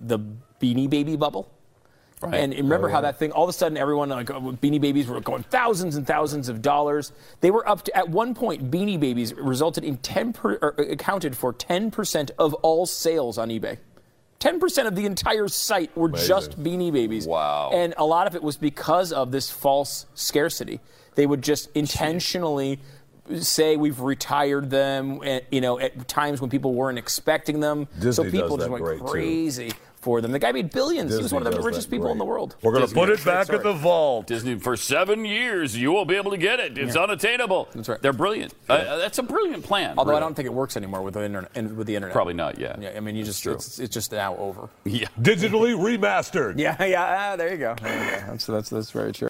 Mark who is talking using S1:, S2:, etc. S1: the Beanie Baby bubble.
S2: Right. Oh,
S1: And remember how that thing? All of a sudden, everyone like uh, Beanie Babies were going thousands and thousands of dollars. They were up to at one point. Beanie Babies resulted in ten per, or accounted for ten percent of all sales on eBay. Ten percent of the entire site were just Beanie Babies.
S2: Wow.
S1: And a lot of it was because of this false scarcity. They would just intentionally say we've retired them. At, you know, at times when people weren't expecting them,
S3: Disney
S1: so
S3: does
S1: people just
S3: that
S1: went
S3: great, too.
S1: crazy for them. The guy made billions. he was
S3: Disney
S1: one of the
S3: does
S1: richest
S3: that
S1: people in
S3: great.
S1: the world.
S3: We're going to
S2: Disney
S3: put it
S2: tricks
S3: back
S2: are-
S3: at the vault.
S2: Disney for seven years, you won't be able to get it. It's unattainable. That's
S1: right.
S2: They're brilliant. Uh, Uh, that's a brilliant plan.
S1: Although I
S2: really.
S1: don't think it works anymore with the internet. and- With the internet,
S2: Probably not yet.
S1: Yeah, I mean, you just it's, it's just now over. ah,
S2: yeah.
S3: Digitally remastered.
S1: Yeah, yeah. there you go. That's that's that's very true.